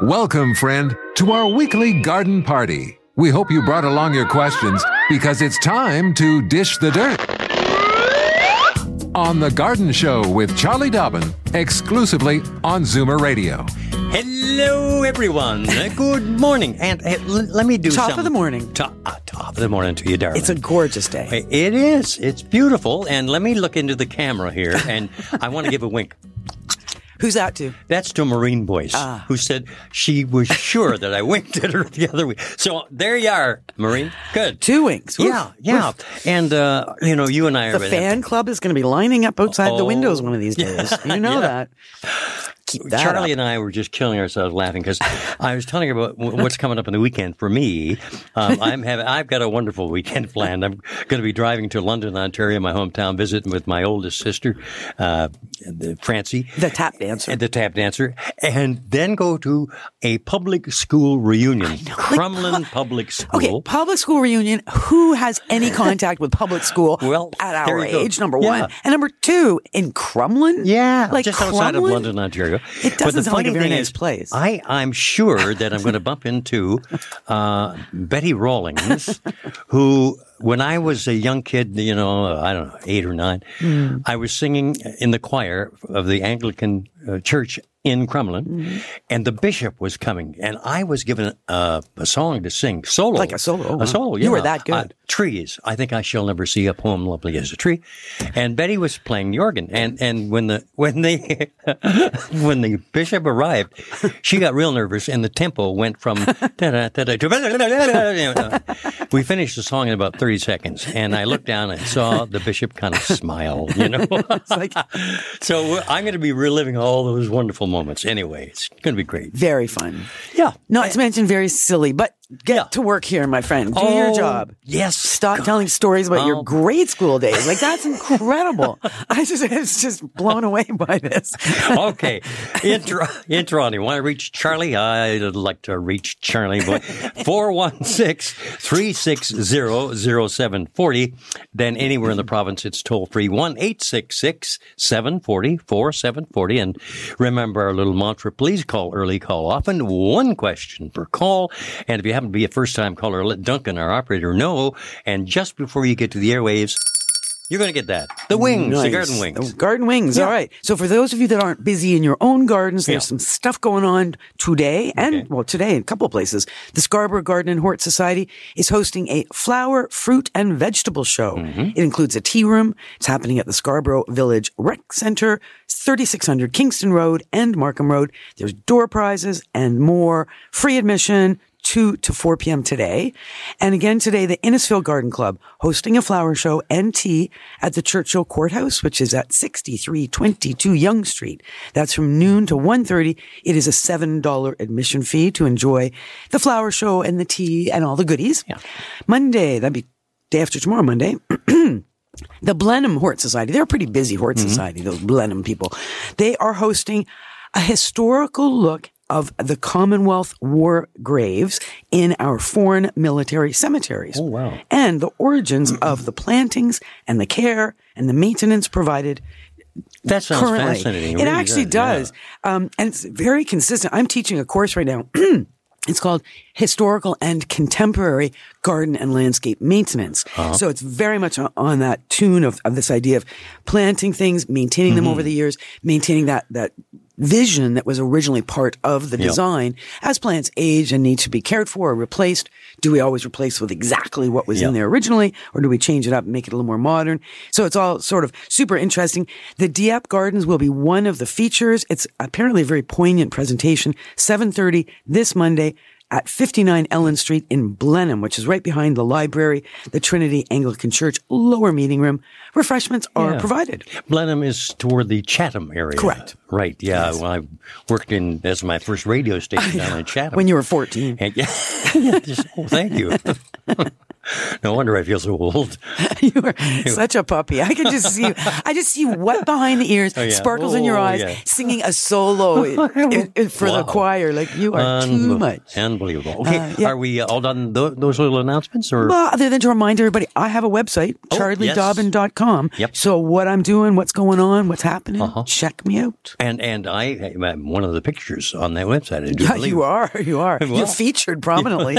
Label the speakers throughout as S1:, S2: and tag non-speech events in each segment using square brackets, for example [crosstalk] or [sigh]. S1: Welcome, friend, to our weekly garden party. We hope you brought along your questions because it's time to dish the dirt. On The Garden Show with Charlie Dobbin, exclusively on Zoomer Radio.
S2: Hello, everyone. Good morning. And uh, l- let me do
S3: Top
S2: some-
S3: of the morning.
S2: To- uh, top of the morning to you, darling.
S3: It's a gorgeous day.
S2: it is. It's beautiful. And let me look into the camera here. And I want to give a wink.
S3: [laughs] Who's out to? Ah.
S2: That's to Marine Boyce, who said she was sure that I [laughs] winked at her the other week. So there you are, Marine. Good.
S3: Two winks. Oof.
S2: Yeah, yeah. And, uh, you know, you and I
S3: The
S2: are.
S3: fan club is going to be lining up outside the
S2: Oh.
S3: windows one of these days.
S2: [laughs]
S3: You know that. Keep that
S2: Charlie
S3: up.
S2: and I were just killing ourselves laughing because [laughs] I was telling her about w- what's coming up in the weekend for me. Um, I'm having, I've got a wonderful weekend [laughs] planned. I'm going to be driving to London, Ontario, my hometown, visiting with my oldest sister, uh, the- Francie.
S3: the tap dancer.
S2: and the tap dancer, and then go to a public school reunion, Crumlin Public School.
S3: Okay, public school reunion. Who has any contact with public school
S2: [laughs] Well,
S3: at
S2: there
S3: our
S2: you go.
S3: age, number
S2: Yeah.
S3: one? And number two, in Crumlin?
S2: Yeah,
S3: Like
S2: just outside of
S3: Crumlin?
S2: London, Ontario.
S3: It
S2: But the
S3: doesn't sound like a
S2: funny
S3: very
S2: thing
S3: nice
S2: is,
S3: place.
S2: I I'm sure that I'm going to bump into uh,
S3: [laughs]
S2: Betty Rawlings, who when I was a young kid, you know, I don't know, eight or nine, I was singing in the choir of the Anglican uh, Church in Crumlin, and the bishop was coming, and I was given a, a song to sing solo,
S3: Like a solo, oh, wow.
S2: a solo.
S3: You were
S2: yeah.
S3: that good.
S2: I- trees. I think I shall never see a poem lovely as a tree. And Betty was playing the organ, and and when the [laughs] when the when the bishop arrived, she got real nervous, and the tempo went from [laughs] da-da, da-da, to [laughs] we finished the song in about thirty seconds, and I looked down and saw the bishop kind of smile, you know.
S3: It's like
S2: so I'm going to be reliving all those wonderful moments. Anyway, it's going to be great.
S3: very fun.
S2: Yeah.
S3: Not to mention very silly, but get
S2: Yeah.
S3: to work here, my friend. Do your
S2: Oh,
S3: job.
S2: yes.
S3: Stop telling stories about
S2: Oh.
S3: your grade school days. Like
S2: [laughs]
S3: that's incredible. I just I was just blown away by this.
S2: okay. Intro, intro on. You want to reach Charlie? I'd like to reach Charlie. Boy. 416-360-0740. Then anywhere in the province, it's toll free. 1-866-740-4740. And remember our little mantra, please call early, call often. One question per call. And if you happen to be a first time caller, let Duncan, our operator, know. And just before you get to the airwaves, you're going to get that. The wings, the
S3: Nice.
S2: garden wings.
S3: The garden wings. All right. So for those of you that aren't busy in your own gardens, there's some stuff going on today and well today in a couple of places. The Scarborough Garden and Hort Society is hosting a flower, fruit, and vegetable show.
S2: Mm-hmm.
S3: It includes a tea room. It's happening at the Scarborough Village Rec Center, 3600 Kingston Road and Markham Road. There's door prizes and more. Free admission. 2 to 4 p.m. today. And again today, the Innisfield Garden Club hosting a flower show and tea at the Churchill Courthouse, which is at 6322 Young Street. That's from noon to 1.30. It is a $7 admission fee to enjoy the flower show and the tea and all the goodies. Monday, that'd be day after tomorrow, Monday. [clears throat] The Blenheim Hort Society, they're a pretty busy Hort Society, those Blenheim people. They are hosting a historical look of the Commonwealth war graves in our foreign military cemeteries. Oh, wow. And the origins of the plantings and the care and the maintenance provided
S2: That sounds
S3: currently.
S2: fascinating.
S3: It
S2: really
S3: actually does. Um, and it's very consistent. I'm teaching a course right now. [clears throat] It's called Historical and Contemporary Garden and Landscape Maintenance. So it's very much on- on that tune of, of this idea of planting things, maintaining them over the years, maintaining that, that vision that was originally part of the design. As plants age and need to be cared for or replaced, do we always replace with exactly what was in there originally or do we change it up and make it a little more modern? So it's all sort of super interesting. The Dieppe Gardens will be one of the features. It's apparently a very poignant presentation. 7:30 this Monday at 59 Ellen Street in Blenheim, which is right behind the library, the Trinity Anglican Church lower meeting room. Refreshments are
S2: Yeah.
S3: provided.
S2: Blenheim is toward the Chatham area.
S3: Correct.
S2: Right. Yeah. Well, I worked in as my first
S3: [laughs]
S2: radio station down in Chatham.
S3: When you were 14,
S2: And- yeah. [laughs] Just-
S3: [laughs]
S2: oh, thank you. [laughs] no wonder I feel so old.
S3: [laughs] you were such a puppy. I could just see you. I just see you wet behind the ears,
S2: yeah.
S3: sparkles in your
S2: [laughs] Oh,
S3: eyes,
S2: yeah.
S3: singing a
S2: [laughs]
S3: solo i- i- i- for
S2: Wow. Um,
S3: the choir. Like you are too
S2: Unbe-
S3: much.
S2: Unbelievable. Okay.
S3: Uh, yeah.
S2: Are we uh, all done tho- those little announcements? Or
S3: Well, other than to remind everybody, I have a website,
S2: Oh,
S3: charliedobbin.com.
S2: Yep. Uh-huh.
S3: So, what I'm doing, what's going on, what's happening, check me out.
S2: and and I am one of the pictures on that website. I do
S3: Yeah,
S2: believe.
S3: you are. You
S2: [laughs]
S3: are. You're featured prominently.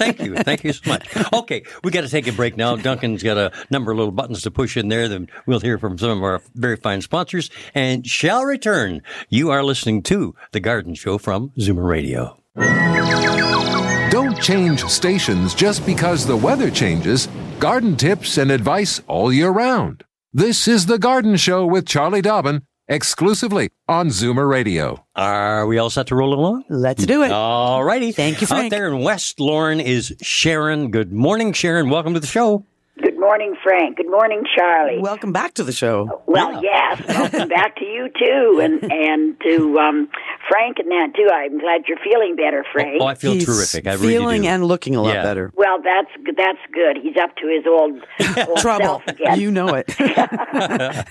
S2: Thank you. Thank you so much. Okay, we got to take a break now. Duncan's got a number of little buttons to push in there. Then we'll hear from some of our very fine sponsors and shall return. You are listening to The Garden Show from Zoomer Radio.
S1: Don't change stations just because the weather changes. Garden tips and advice all year round. This is The Garden Show with Charlie Dobbin, exclusively on Zoomer Radio.
S2: Are we all set to roll along?
S3: Let's do it.
S2: All righty.
S3: Thank you, Frank.
S2: Out there in West Lorne is Sharon. Good morning, Sharon. Welcome to the show.
S4: Good morning, Frank. Good morning, Charlie. Well,
S3: Welcome back to the show. [laughs]
S4: yes, welcome back to you too, and and to um, Frank and that too. I'm glad you're feeling better, Frank.
S2: [laughs] Oh, I feel
S3: He's
S2: terrific. I really
S3: feeling
S2: do.
S3: and looking a lot
S2: Yeah.
S3: better.
S4: well, that's that's good. He's up to his
S3: [laughs]
S4: old, old
S3: Trouble.
S4: self again.
S3: You know
S4: [laughs]
S3: it.
S2: [laughs]
S4: I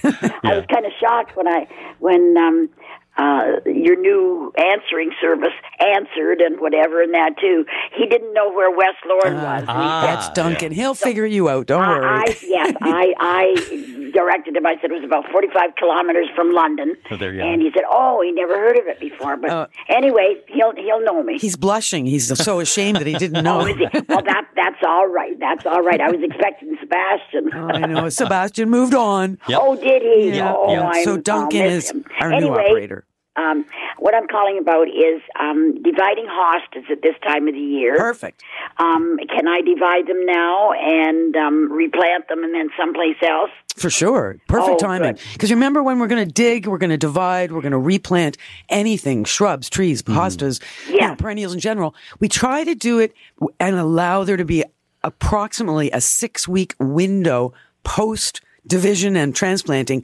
S4: was kind of shocked when I when um, uh, your new answering service answered and whatever and that too. He didn't know where West Lorne
S3: Ah.
S4: was. And he
S2: Ah.
S3: That's Duncan. He'll figure you out. Don't worry.
S4: I, I yes, I I directed him. I said it was about forty five kilometers from London.
S2: Oh, there you are.
S4: and he said, "Oh, he never heard of it before." But anyway, he'll he'll know me.
S3: Uh, He's blushing. He's
S4: [laughs]
S3: so ashamed that he didn't know.
S4: Oh, is he? Well, that that's all right. That's all right. I was expecting
S3: [laughs]
S4: Sebastian.
S3: Oh, I know.
S2: [laughs]
S3: Sebastian moved on.
S4: Oh, did he?
S2: Yeah,
S4: Oh,
S2: yeah.
S4: I'm,
S3: So
S4: I'll
S3: Duncan
S4: miss
S3: is
S4: him.
S3: our new
S4: Anyway,
S3: operator.
S4: Um, what I'm calling about is um, dividing hostas at this time of the year.
S3: Perfect.
S4: Um, can I divide them now and um, replant them and then someplace else?
S3: For sure. Perfect
S4: Oh,
S3: timing.
S4: good.
S3: Because remember when we're going to dig, we're going to divide, we're going to replant anything, shrubs, trees, hostas, you
S4: Mm. Yeah.
S3: know, perennials in general. We try to do it w- and allow there to be approximately a six week window post division and transplanting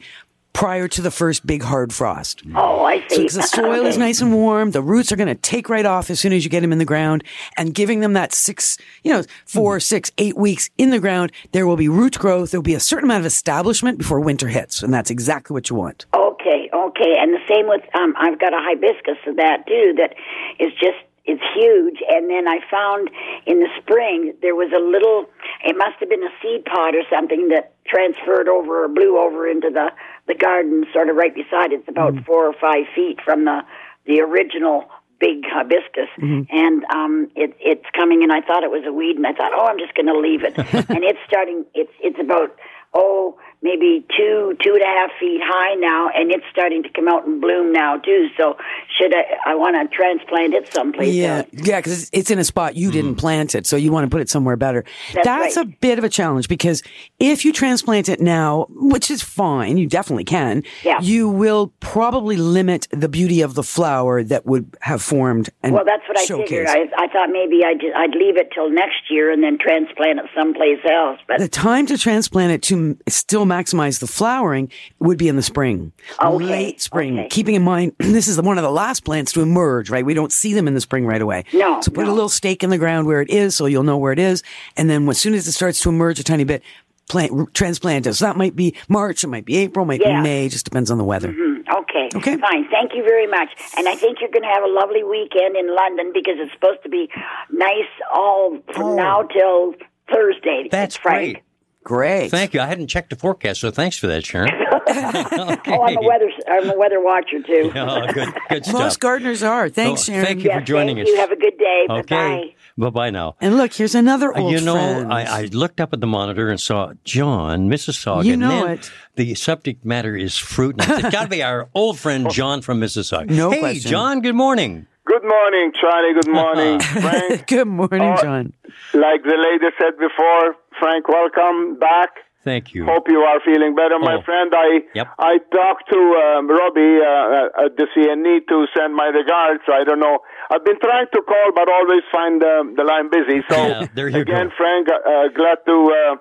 S3: prior to the first big hard frost.
S4: Oh, I
S3: So
S4: see.
S3: because the soil
S4: [laughs]
S3: is
S4: Okay.
S3: nice and warm, the roots are going to take right off as soon as you get them in the ground. And giving them that six, you know,
S4: Hmm.
S3: four, six, eight weeks in the ground, there will be root growth. There will be a certain amount of establishment before winter hits, and that's exactly what you want.
S4: Okay, okay, and the same with um, I've got a hibiscus of that too. That is just it's huge. And then I found in the spring there was a little. It must have been a seed pod or something that transferred over or blew over into the the garden, sort of right beside. It's about four or five feet from the the original big hibiscus and um it it's coming and I thought it was a weed and I thought, Oh, I'm just gonna
S3: [laughs]
S4: leave it and it's starting it's it's about oh maybe two two and a half feet high now and it's starting to come out and bloom now too. So should I I wanna transplant it someplace
S3: Yeah,
S4: else.
S3: yeah, because it's, it's in a spot you didn't plant it, so you want to put it somewhere better. That's,
S4: Hmm. That's
S3: a
S4: right.
S3: bit of a challenge because if you transplant it now, which is fine, you definitely can.
S4: Yeah.
S3: you will probably limit the beauty of the flower that would have formed. And
S4: Well, that's what I figured.
S3: showcased.
S4: I, I thought maybe I'd, I'd leave it till next year and then transplant it someplace else. But
S3: The time to transplant it to m- still maximize the flowering would be in the spring,
S4: Oh, Okay,
S3: late spring.
S4: okay.
S3: Keeping in mind, [clears throat] this is the- one of the last plants to emerge, right? We don't see them in the spring right away.
S4: No,
S3: So put a
S4: no.
S3: little stake in the ground where it is, so you'll know where it is. And then as soon as it starts to emerge a tiny bit, plant r- transplant it. So that might be March, it might be April, it might
S4: Yeah. Mm-hmm.
S3: be May. Just depends on the weather.
S4: Okay.
S3: Okay.
S4: Fine. Thank you very much. And I think you're going to have a lovely weekend in London because it's supposed to be nice all from now till Thursday.
S2: Oh. That's
S4: Frank.
S2: great.
S3: Great.
S2: Thank you. I hadn't checked the forecast, so thanks for that, Sharon.
S4: [laughs] Oh, I'm a weather. I'm a weather watcher too.
S2: [laughs] Oh, good,
S3: [laughs]
S2: good stuff.
S3: Most gardeners are. Thanks,
S2: Oh,
S3: Sharon.
S2: Thank you
S4: Yes,
S2: for joining
S4: thank
S2: us.
S4: You have a good day. Bye.
S2: okay. Bye bye now.
S3: And look, here's another old
S2: you know,
S3: friend.
S2: I, I looked up at the monitor and saw John Mississauga.
S3: You
S2: and
S3: know
S2: then
S3: it.
S2: The subject matter is fruit. And It's got to
S3: [laughs]
S2: be our old friend John from Mississauga.
S3: No
S2: hey,
S3: question.
S2: John. Good morning.
S5: Good morning, Charlie. Good morning, Frank.
S3: Good morning,
S5: Oh,
S3: John.
S5: Like the lady said before, Frank, welcome back.
S2: Thank you.
S5: Hope you are feeling better, my
S2: Oh.
S5: friend. I
S2: Yep.
S5: I talked to um, Robbie uh, at the CNE to send my regards. I don't know. I've been trying to call, but always find um, the line busy. So
S2: [laughs] Yeah, Oh, there you
S5: again,
S2: go.
S5: Frank, uh, glad to uh,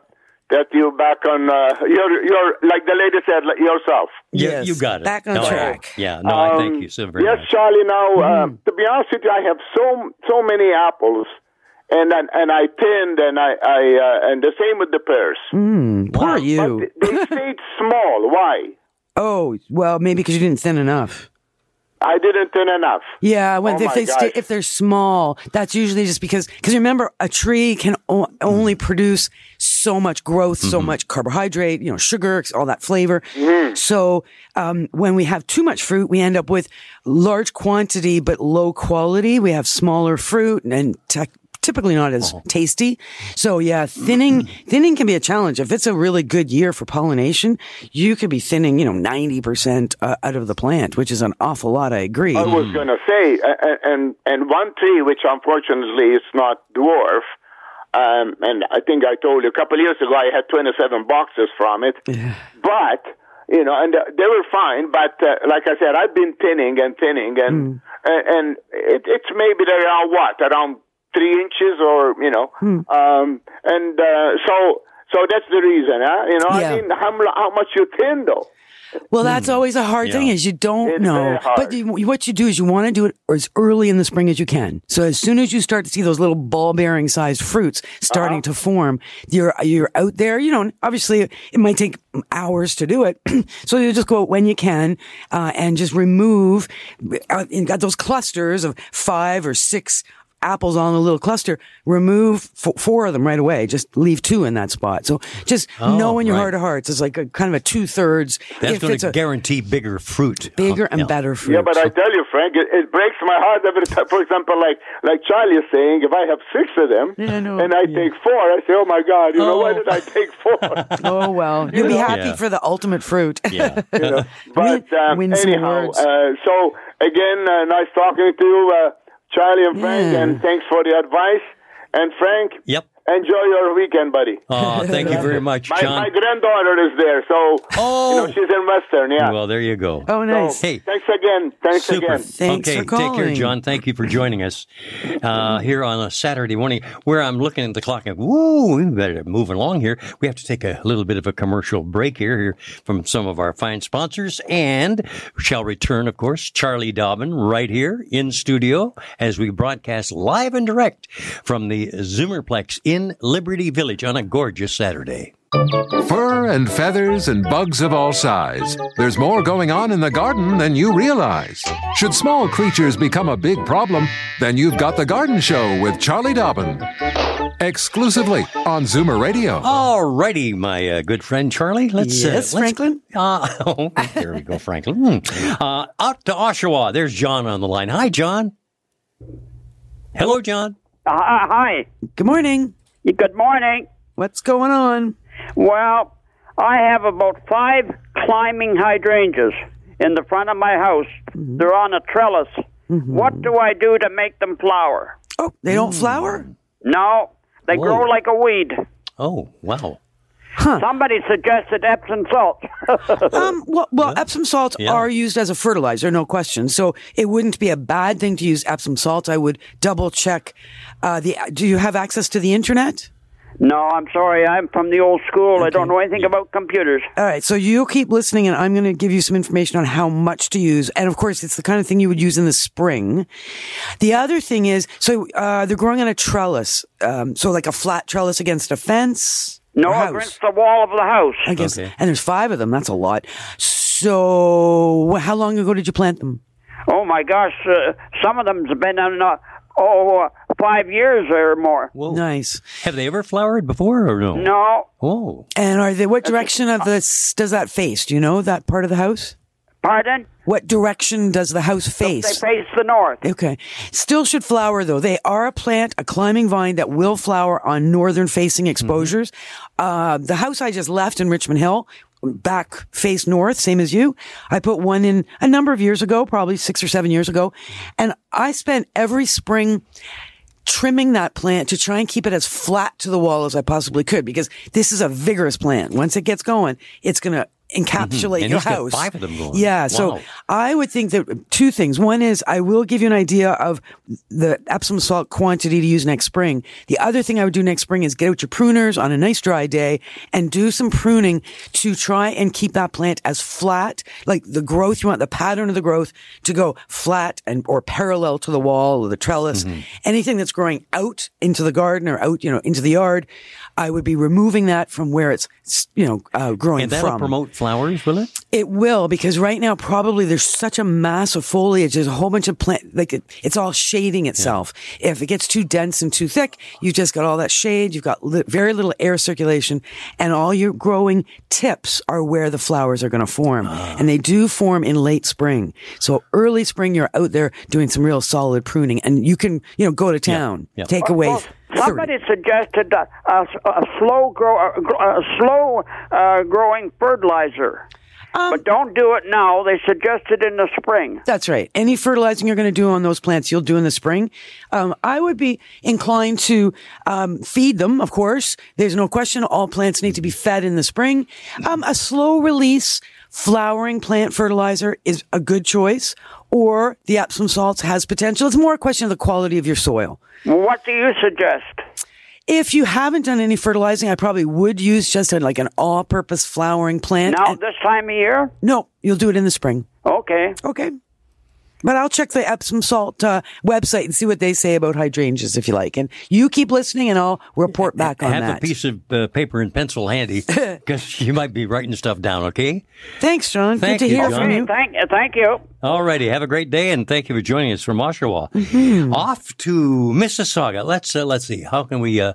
S5: get you back on. Uh, you're you're like the lady said like yourself.
S2: You,
S3: Yes,
S2: you got it.
S3: back on
S2: No, I-
S3: track.
S2: yeah, no, I thank
S5: Um,
S2: you so very
S5: yes,
S2: much.
S5: Charlie. Now, uh, to be honest with you, I have so so many apples, and and, and I tinned, and I, I uh, and the same with the pears.
S3: Hmm, Poor you.
S5: But they stayed small. Why?
S3: Oh, well, maybe because you didn't thin enough.
S5: I didn't thin enough.
S3: Yeah, when
S5: Oh
S3: if
S5: my
S3: they
S5: gosh.
S3: st- if they're small, that's usually just because because remember a tree can o- only produce so much growth, so
S5: Mm-hmm.
S3: much carbohydrate, you know, sugar, all that flavor. So um, when we have too much fruit, we end up with large quantity but low quality. We have smaller fruit and tech typically not
S5: Oh.
S3: as tasty. So
S5: [clears throat]
S3: yeah, thinning thinning can be a challenge. If it's a really good year for pollination, you could be thinning, you know, 90% uh, out of the plant, which is an awful lot, I agree.
S5: I was gonna say, a- a- and and one tree which unfortunately is not dwarf. Um, and I think I told you a couple years ago I had 27 boxes from it, but you know, and uh, they were fine. But uh, like I said, I've been thinning and thinning, and and, and it, it's maybe they're around what around three inches or you know, um, and uh, so so that's the reason, huh? You know,
S3: Yeah.
S5: I mean, how, mu- how much you thin though?
S3: Well, that's always a hard thing is you don't
S5: Hmm. It's
S3: know.
S5: very hard.
S3: But you, what you do is you want to do it as early in the spring as you can. So as soon as you start to see those little ball bearing sized fruits starting
S5: Uh-huh.
S3: to form, you're you're out there. You know, obviously it might take hours to do it. [clears throat] so you just go out when you can uh, and just remove. Uh, you got those clusters of five or six apples on a little cluster. Remove f- four of them right away. Just leave two in that spot. So just
S5: Oh,
S3: know in your
S2: right.
S3: heart of hearts it's like a kind of a two thirds.
S2: That's
S3: If
S2: going
S3: it's
S2: to
S3: a
S2: guarantee bigger fruit.
S3: bigger
S2: Huh,
S3: and
S2: yeah.
S3: better fruit.
S5: Yeah, but I tell you, Frank, it, it breaks my heart every time. [laughs] For example, like like Charlie is saying, if I have six of them
S3: Yeah, I know.
S5: and I
S3: Yeah.
S5: take four, I say, oh my God, you know, why
S3: Oh.
S5: did I take four?
S3: [laughs] oh well, you'll be happy
S2: Yeah.
S3: for the ultimate fruit.
S2: Yeah.
S5: you know? But
S3: Win-
S5: um,
S3: win some
S5: anyhow,
S3: words.
S5: uh, so again, uh, nice talking to you, uh, Charlie and Frank,
S3: Yeah.
S5: and thanks for the advice. And Frank,
S2: Yep.
S5: enjoy your weekend, buddy.
S2: Oh, thank you
S3: [laughs]
S2: very much,
S5: [laughs] My,
S2: John.
S5: my granddaughter is there, so
S2: Oh.
S5: you know, she's in Western, yeah.
S2: Well, there you go.
S3: Oh nice.
S2: Hey.
S5: Thanks again. Thanks
S2: Super.
S5: again.
S3: Thanks
S2: okay,
S3: for
S2: take care,
S3: calling.
S2: John. Thank you for joining us uh, here on a Saturday morning, where I'm looking at the clock and woo, we better move along here. We have to take a little bit of a commercial break here, here from some of our fine sponsors, and shall return, of course, Charlie Dobbin right here in studio as we broadcast live and direct from the Zoomerplex in Liberty Village on a gorgeous Saturday.
S1: Fur and feathers and bugs of all size. There's more going on in the garden than you realize. Should small creatures become a big problem, then you've got The Garden Show with Charlie Dobbin. Exclusively on Zoomer Radio.
S2: Alrighty, my uh, good friend Charlie. Let's uh,
S3: Yes,
S2: let's-
S3: Franklin?
S2: Uh, oh, there we go, Franklin. Hmm. Uh, out to Oshawa. There's John on the line. Hi, John. Hello, John.
S6: Uh, hi.
S3: Good morning.
S6: Good morning.
S3: What's going on?
S6: Well, I have about five climbing hydrangeas in the front of my house.
S3: Mm-hmm.
S6: They're on a trellis. What do I do to make them flower?
S3: Oh, they don't flower.
S6: No, they
S2: Whoa.
S6: grow like a weed.
S2: Oh, wow.
S6: Somebody suggested Epsom salt.
S3: [laughs]
S6: [laughs]
S3: Um, well, well, Epsom salts
S2: Yeah.
S3: are used as a fertilizer, no question. So it wouldn't be a bad thing to use Epsom salts. I would double check. Uh, the do you have access to the internet?
S6: no, I'm sorry. I'm from the old school. I don't know anything about computers.
S3: All right, so you keep listening, and I'm going to give you some information on how much to use. And of course, it's the kind of thing you would use in the spring. The other thing is, so uh, they're growing on a trellis, um, so like a flat trellis against a fence.
S6: No,
S3: or
S6: against the wall of the house.
S3: I guess, and there's five of them. That's a lot. So, how long ago did you plant them?
S6: Oh my gosh, uh, some of them's been on uh, oh uh, five years or more.
S2: Whoa.
S3: Nice.
S2: Have they ever flowered before or no?
S6: No, uh,
S2: Oh,
S3: And are they? What direction of this does that face? Do you know that part of the house?
S6: pardon.
S3: What direction does the house face?
S6: They face the north.
S3: Okay. Still should flower though. They are a plant, a climbing vine that will flower on northern
S2: Mm-hmm.
S3: facing exposures. Uh, the house I just left in Richmond Hill, back face north, same as you. I put one in a number of years ago, probably six or seven years ago. And I spent every spring trimming that plant to try and keep it as flat to the wall as I possibly could because this is a vigorous plant. Once it gets going, it's going to encapsulate
S2: Mm-hmm. And
S3: your
S2: he's got
S3: house.
S2: five of them going.
S3: Yeah. So
S2: Wow.
S3: I would think that two things. One is I will give you an idea of the Epsom salt quantity to use next spring. The other thing I would do next spring is get out your pruners on a nice dry day and do some pruning to try and keep that plant as flat, like the growth you want, the pattern of the growth to go flat and or parallel to the wall or the trellis.
S2: Mm-hmm.
S3: Anything that's growing out into the garden or out, you know, into the yard, I would be removing that from where it's, you know, uh, growing
S2: And that'll
S3: from.
S2: promote flowers, will it?
S3: It will because right now probably there's such a mass of foliage. There's a whole bunch of plant like it, it's all shading itself. If it gets too dense and too thick, you've just got all that shade. You've got li- very little air circulation, and all your growing tips are where the flowers are going to form,
S2: Ah.
S3: and they do form in late spring. So early spring, you're out there doing some real solid pruning, and you can you know go to town,
S2: yeah.
S3: take away.
S6: Well,
S3: 30.
S6: somebody suggested a, a, a slow grow, a, gr- a slow uh, growing fertilizer,
S3: Um,
S6: but don't do it now. They suggested in the spring.
S3: That's right. Any fertilizing you're going to do on those plants, you'll do in the spring. Um, I would be inclined to um, feed them, of course. There's no question. All plants need to be fed in the spring. Um, a slow release flowering plant fertilizer is a good choice, or the Epsom salts has potential. It's more a question of the quality of your soil.
S6: What do you suggest?
S3: If you haven't done any fertilizing, I probably would use just a, like an all-purpose flowering plant.
S6: Now
S3: And-
S6: this time of year?
S3: no, you'll do it in the spring.
S6: Okay.
S3: Okay. But I'll check the Epsom salt uh, website and see what they say about hydrangeas if you like. And you keep listening and I'll report back on
S2: Have
S3: that.
S2: a piece of uh, paper and
S3: [laughs]
S2: pencil handy because you might be writing stuff down, okay?
S3: Thanks, John.
S2: Thank
S3: Good to
S2: you,
S3: hear
S2: John.
S3: from
S6: Okay.
S3: you.
S6: Thank, Uh, thank you.
S2: All righty. Have a great day, and thank you for joining us from Oshawa.
S3: Mm-hmm.
S2: Off to Mississauga. Let's uh, let's see. How can we
S3: [sighs]
S2: uh,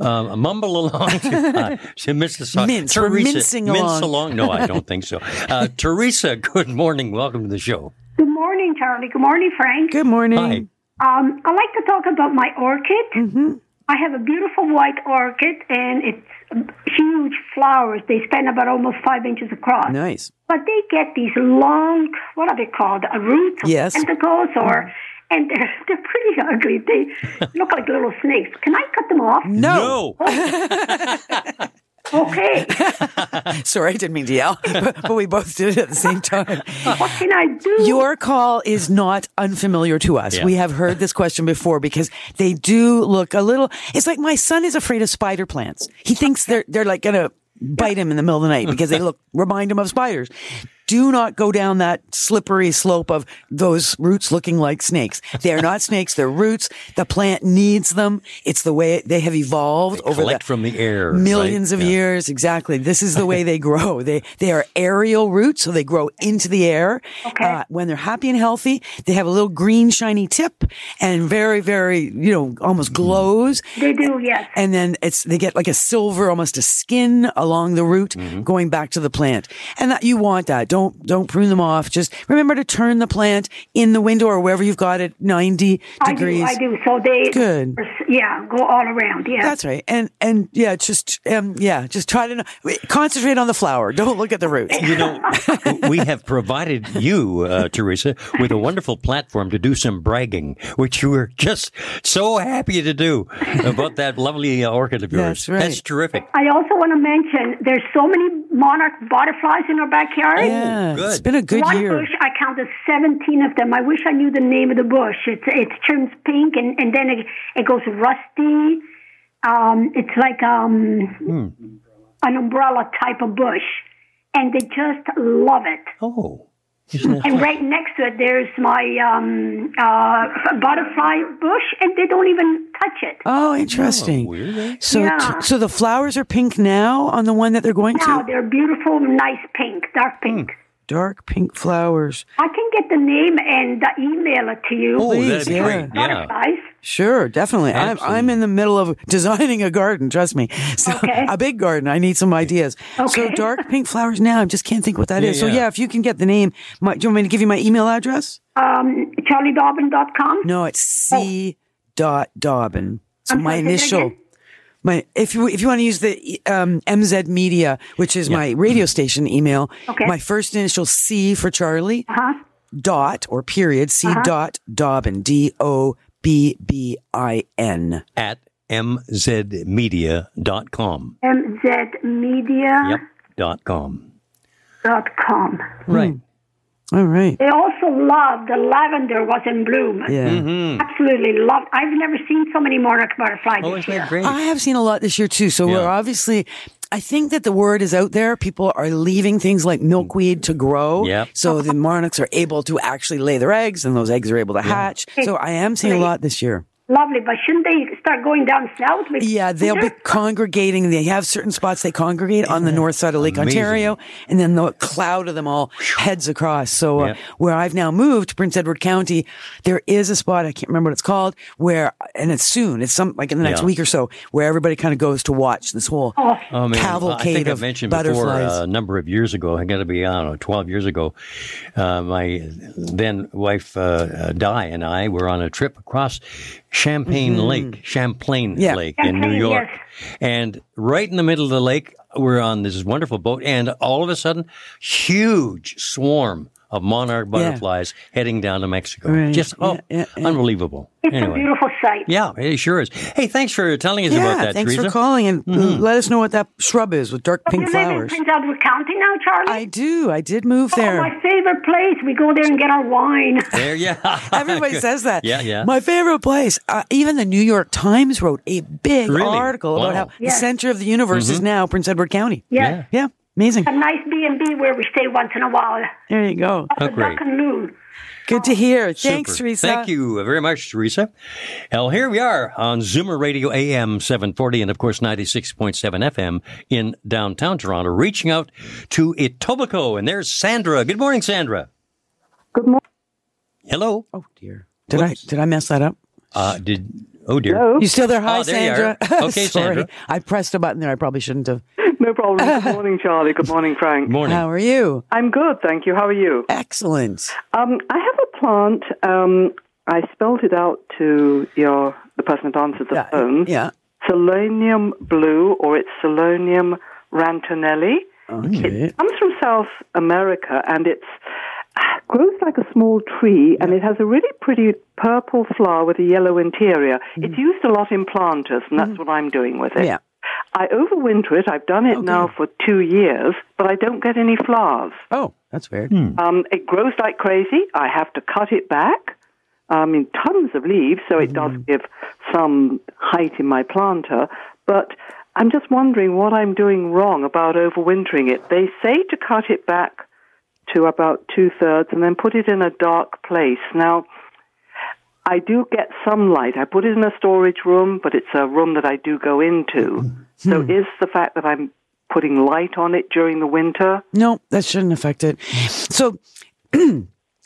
S2: um, mumble along to, uh, to Mississauga?
S3: Mince. We're mincing along.
S2: No, I don't think so.
S3: [laughs]
S2: Uh, Teresa, good morning. Welcome to the show.
S7: Good morning, Charlie. Good morning, Frank.
S3: Good morning.
S2: Hi.
S7: Um, I like to talk about my orchid.
S3: Mm-hmm.
S7: I have a beautiful white orchid, and it's huge flowers. They span about almost five inches across.
S3: Nice.
S7: But they get these long, what are they called? A root
S3: Yes. Mm-hmm.
S7: tentacles, or and they're [laughs] they're pretty ugly. They look like little snakes. Can I cut them off?
S3: No. [laughs]
S7: Okay.
S3: Sorry, I didn't mean to yell, but, but we both did it at the same time.
S7: what can I do?
S3: Your call is not unfamiliar to us.
S2: Yeah.
S3: We have heard this question before because they do look a little. It's like my son is afraid of spider plants. He thinks they're they're like gonna bite him in the middle of the night because they
S2: [laughs]
S3: look remind him of spiders. Do not go down that slippery slope of those roots looking like snakes. They are not
S2: [laughs]
S3: snakes. They're roots. The plant needs them. It's the way they have evolved over
S2: Collect
S3: the
S2: from the air.
S3: millions
S2: right?
S3: of
S2: Yeah.
S3: years exactly this is the way they grow they they are aerial roots so they grow into the air Uh,
S7: Okay.
S3: when they're happy and healthy they have a little green shiny tip and very very you know almost
S2: Mm-hmm.
S3: glows
S7: they do, yes.
S3: and then it's they get like a silver almost a skin along the root
S2: Mm-hmm.
S3: going back to the plant and that you want that don't don't prune them off just remember to turn the plant in the window or wherever you've got it 90
S7: I
S3: degrees
S7: do, I do. So they,
S3: Good.
S7: yeah, go all around. Yeah.
S3: that's right, and and yeah, just um, yeah, just try to know, concentrate on the flower. Don't look at the roots.
S2: You know, [laughs] we have provided you, uh, Teresa, with a wonderful platform to do some bragging, which you were just so happy to do about that lovely uh, orchid of yours.
S3: That's right.
S2: terrific.
S7: I also want to mention there's so many monarch butterflies in our backyard.
S3: yeah,
S2: good.
S3: it's been a good
S7: One
S3: year.
S7: bush, I counted 17 of them. I wish I knew the name of the bush. It, it turns pink and, and then it, it goes rusty. Um, it's like um,
S2: Hmm.
S7: an umbrella type of bush. And they just love it.
S2: Oh,
S7: And right next to it, there's my um, uh, butterfly bush, and they don't even touch it.
S3: Oh, interesting.
S2: weird. eh?
S3: So t-
S7: Yeah.
S3: so the flowers are pink now on the one that they're going
S7: Now
S3: to.
S7: they're beautiful, nice pink, dark
S3: Hmm.
S7: pink.
S3: Dark pink flowers.
S7: I can get the name and uh, email it to you.
S2: Oh,
S3: Please,
S2: that'd be
S3: yeah.
S2: great. Yeah.
S7: Butterflies.
S3: Sure, definitely. I'm I'm in the middle of [laughs] designing a garden. Trust me, so
S7: Okay.
S3: a big garden. I need some ideas. So
S7: Okay.
S3: dark pink flowers now. I just can't think what that is. So
S2: yeah.
S3: yeah, if you can get the name, my, do you want me to give you my email address?
S7: Um, CharlieDaubin.com.
S3: No, it's C. Dot Dobbin. So
S7: I'm
S3: my
S7: sorry, say that
S3: initial.
S7: again?
S3: My if you if you want to use the um, MZ Media, which is my radio station email,
S7: Okay.
S3: my first initial C for Charlie
S7: Huh?
S3: dot or period C dot Dobbin D O B B I N.
S2: at mzmedia.com.
S3: Uh-huh.
S2: Yep,
S7: mzmedia.com.
S2: dot com. Right.
S3: All right.
S7: They also love the lavender was in bloom.
S3: Yeah. Mm-hmm.
S2: Mm-hmm.
S7: Absolutely loved. I've never seen so many monarch butterflies.
S2: Oh,
S7: this
S2: isn't
S7: year.
S2: that great?
S3: I have seen a lot this year too. So
S2: Yeah.
S3: we're obviously. I think that the word is out there. People are leaving things like milkweed to grow.
S2: Yep.
S3: So the monarchs are able to actually lay their eggs and those eggs are able to hatch. So I am seeing a lot this year.
S7: Lovely, but shouldn't they start going down south? With
S3: Yeah, they'll be
S7: winter?
S3: congregating. They have certain spots they congregate on the north side of Lake
S2: amazing?
S3: Ontario, and then the cloud of them all heads across. So uh,
S2: Yeah.
S3: where I've now moved, Prince Edward County, there is a spot I can't remember what it's called. Where and it's soon. It's some like in the next
S2: Yeah.
S3: week or so, where everybody kind of goes to watch this whole
S2: Oh, man. I
S3: cavalcade
S2: think I
S3: of
S2: mentioned before
S3: butterflies.
S2: uh, a number of years ago. I got to be I don't know, twelve years ago. Uh, my then wife uh, uh, Di and I were on a trip across Champagne Lake, Champlain
S3: Mm-hmm. Yeah.
S2: Lake in New
S7: Champlain,
S2: York,
S7: yes.
S2: and right in the middle of the lake, we're on this wonderful boat, and all of a sudden, huge swarm of monarch butterflies heading down to Mexico.
S3: Right.
S2: Just oh,
S3: Yeah, yeah, yeah.
S2: unbelievable.
S7: It's a
S2: anyway.
S7: beautiful sight.
S2: Yeah, it sure is. Hey, thanks for telling us
S3: yeah,
S2: about that,
S3: thanks
S2: Teresa. Mm-hmm.
S3: for calling and uh, let us know what that shrub is with dark
S7: But
S3: pink
S7: you live in
S3: flowers.
S7: Prince Edward County now, Charlie?
S3: I do. I did move
S7: Oh,
S3: there.
S7: my favorite place. We go there and get our wine.
S3: [laughs]
S2: There, [laughs] yeah.
S3: Everybody says that.
S2: Yeah, yeah.
S3: My favorite place. Uh, even the New York Times wrote a big
S2: Really?
S3: article about
S2: Wow. Mm-hmm.
S3: how
S7: Yes.
S3: the center of the universe is now Prince Edward County.
S7: Yes.
S3: Yeah, amazing.
S7: A nice B and B where we stay once in a while.
S3: There you go.
S2: Oh,
S7: The
S2: great.
S7: Duck and Loon.
S3: Good to hear. Thanks,
S2: Super.
S3: Teresa.
S2: Thank you very much, Teresa. Well, here we are on Zoomer Radio AM 740 and, of course, 96.7 FM in downtown Toronto, reaching out to Etobicoke. And there's Sandra. Good morning, Sandra.
S8: Good morning.
S2: Hello.
S3: Oh dear. Did I did I mess that up?
S2: Uh, did Oh, dear.
S8: Hello.
S3: You still there? Hi,
S2: Oh, there you are.
S3: Sandra. [laughs]
S2: Okay,
S3: Sorry.
S2: Sandra.
S3: I pressed a button there. I probably shouldn't have.
S8: No problem.
S2: [laughs]
S8: Good morning, Charlie. Good morning, Frank.
S2: Good morning.
S3: How are you?
S8: I'm good, thank you. How are you?
S3: Excellent.
S8: Um, I have a plant. Um, I spelled it out to your the person that answered the phone.
S3: Yeah.
S8: Solonium blue, or it's Solonium rantonelli.
S3: Okay.
S8: It comes from South America, and it's grows like a small tree, and it has a really pretty purple flower with a yellow interior. It's used a lot in planters, and that's what I'm doing with it.
S3: Mm-hmm. Yeah.
S8: I overwinter it. I've done it now for two years, but I don't get any flowers.
S3: Oh, that's weird.
S2: Hmm.
S8: Um, it grows like crazy. I have to cut it back. I mean, tons of leaves, so it does
S3: Mm.
S8: give some height in my planter. But I'm just wondering what I'm doing wrong about overwintering it. They say to cut it back to about two thirds and then put it in a dark place. Now, I do get some light. I put it in a storage room, but it's a room that I do go into.
S3: Mm-hmm.
S8: So
S3: Hmm.
S8: is the fact that I'm putting light on it during the winter?
S3: No, that shouldn't affect it. So, [clears throat]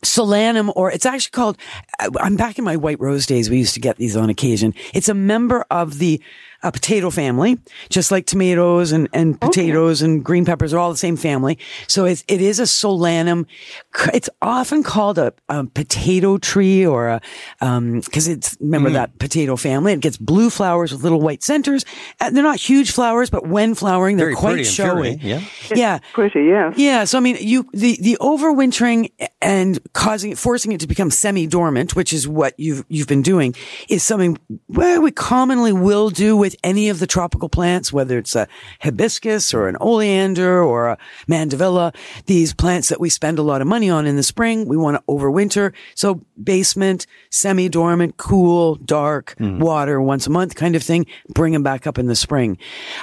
S3: Solanum, or it's actually called, uh, I'm back in my white rose days. We used to get these on occasion. It's a member of the uh, potato family, just like tomatoes and, and potatoes and green peppers are all the same family. So it's, it is a Solanum. C- It's often called a, a potato tree or a, um, cause it's,
S2: Mm.
S3: remember that potato family. It gets blue flowers with little white centers. Uh, they're not huge flowers, but when flowering, they're
S2: Very
S3: quite
S2: pretty and
S3: showy.
S2: pretty, yeah.
S3: Yeah.
S8: Pretty, yes.
S3: Yeah, so I mean, you the the overwintering and causing it, forcing it to become semi dormant, which is what you've you've been doing, is something well, we commonly will do with any of the tropical plants, whether it's a hibiscus or an oleander or a mandevilla. These plants that we spend a lot of money on in the spring, we want to overwinter. So basement, semi dormant, cool, dark, water once a month kind of thing. Bring them back up in the spring.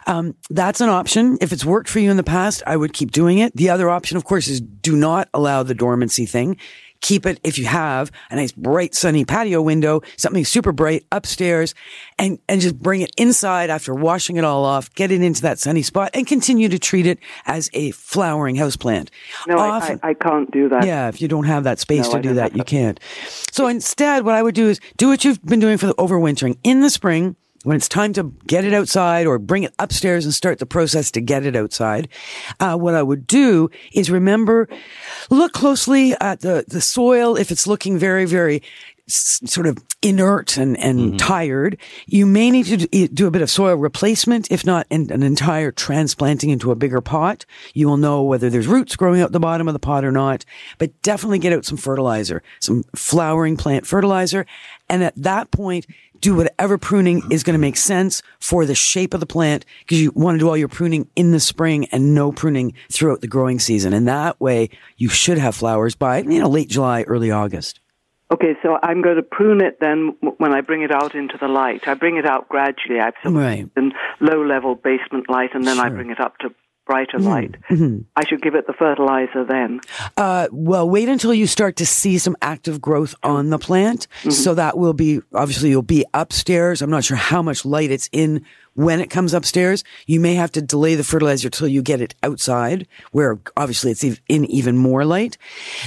S3: Um, that's an option. If it's worked for you in the past, I would keep doing it. The other option, of course, is do not allow the dormancy thing. Keep it if you have a nice bright sunny patio window, something super bright upstairs and, and just bring it inside after washing it all off, get it into that sunny spot and continue to treat it as a flowering houseplant.
S8: No, I,
S3: Often-
S8: I, I can't do that.
S3: yeah, if you don't have that space
S8: No,
S3: to
S8: I
S3: do
S8: don't
S3: that,
S8: have
S3: you
S8: that.
S3: can't. So instead, what I would do is do what you've been doing for the overwintering in the spring. When it's time to get it outside or bring it upstairs and start the process to get it outside, uh, what I would do is remember, look closely at the, the soil. If it's looking very, very s- sort of inert and, and tired, you may need to d- e, do a bit of soil replacement, if not an, an entire transplanting into a bigger pot. You will know whether there's roots growing out the bottom of the pot or not, but definitely get out some fertilizer, some flowering plant fertilizer. And at that point, do whatever pruning is going to make sense for the shape of the plant because you want to do all your pruning in the spring and no pruning throughout the growing season. And that way you should have flowers by, you know, late July, early August.
S8: Okay, so I'm going to prune it then w- when I bring it out into the light. I bring it out gradually. I put
S3: Right.
S8: it in low level basement light and then I bring it up to brighter
S3: Hmm.
S8: light. I should give it the fertilizer then.
S3: Uh, well, wait until you start to see some active growth on the plant.
S8: Mm-hmm.
S3: So that will be obviously you'll be upstairs. I'm not sure how much light it's in when it comes upstairs. You may have to delay the fertilizer till you get it outside, where obviously it's ev- in even more light.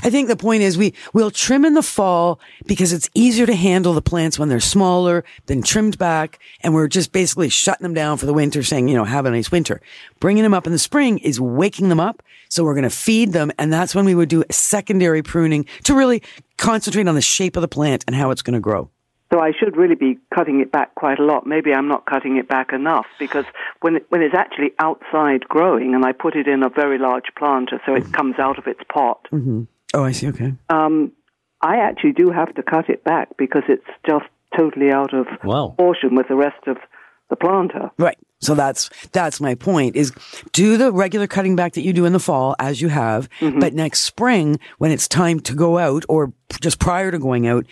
S3: I think the point is we we'll trim in the fall because it's easier to handle the plants when they're smaller than trimmed back, and we're just basically shutting them down for the winter, saying you know have a nice winter. Bringing them up in the spring is waking them up. So we're going to feed them. And that's when we would do secondary pruning to really concentrate on the shape of the plant and how it's going to grow.
S8: So I should really be cutting it back quite a lot. Maybe I'm not cutting it back enough because when it, when it's actually outside growing and I put it in a very large planter so it comes out of its pot,
S3: Oh, I see. Okay.
S8: um, I actually do have to cut it back because it's just totally out of
S2: Wow.
S8: proportion with the rest of the planter.
S3: Right. So that's that's my point is do the regular cutting back that you do in the fall as you have,
S8: Mm-hmm.
S3: but next spring when it's time to go out or just prior to going out,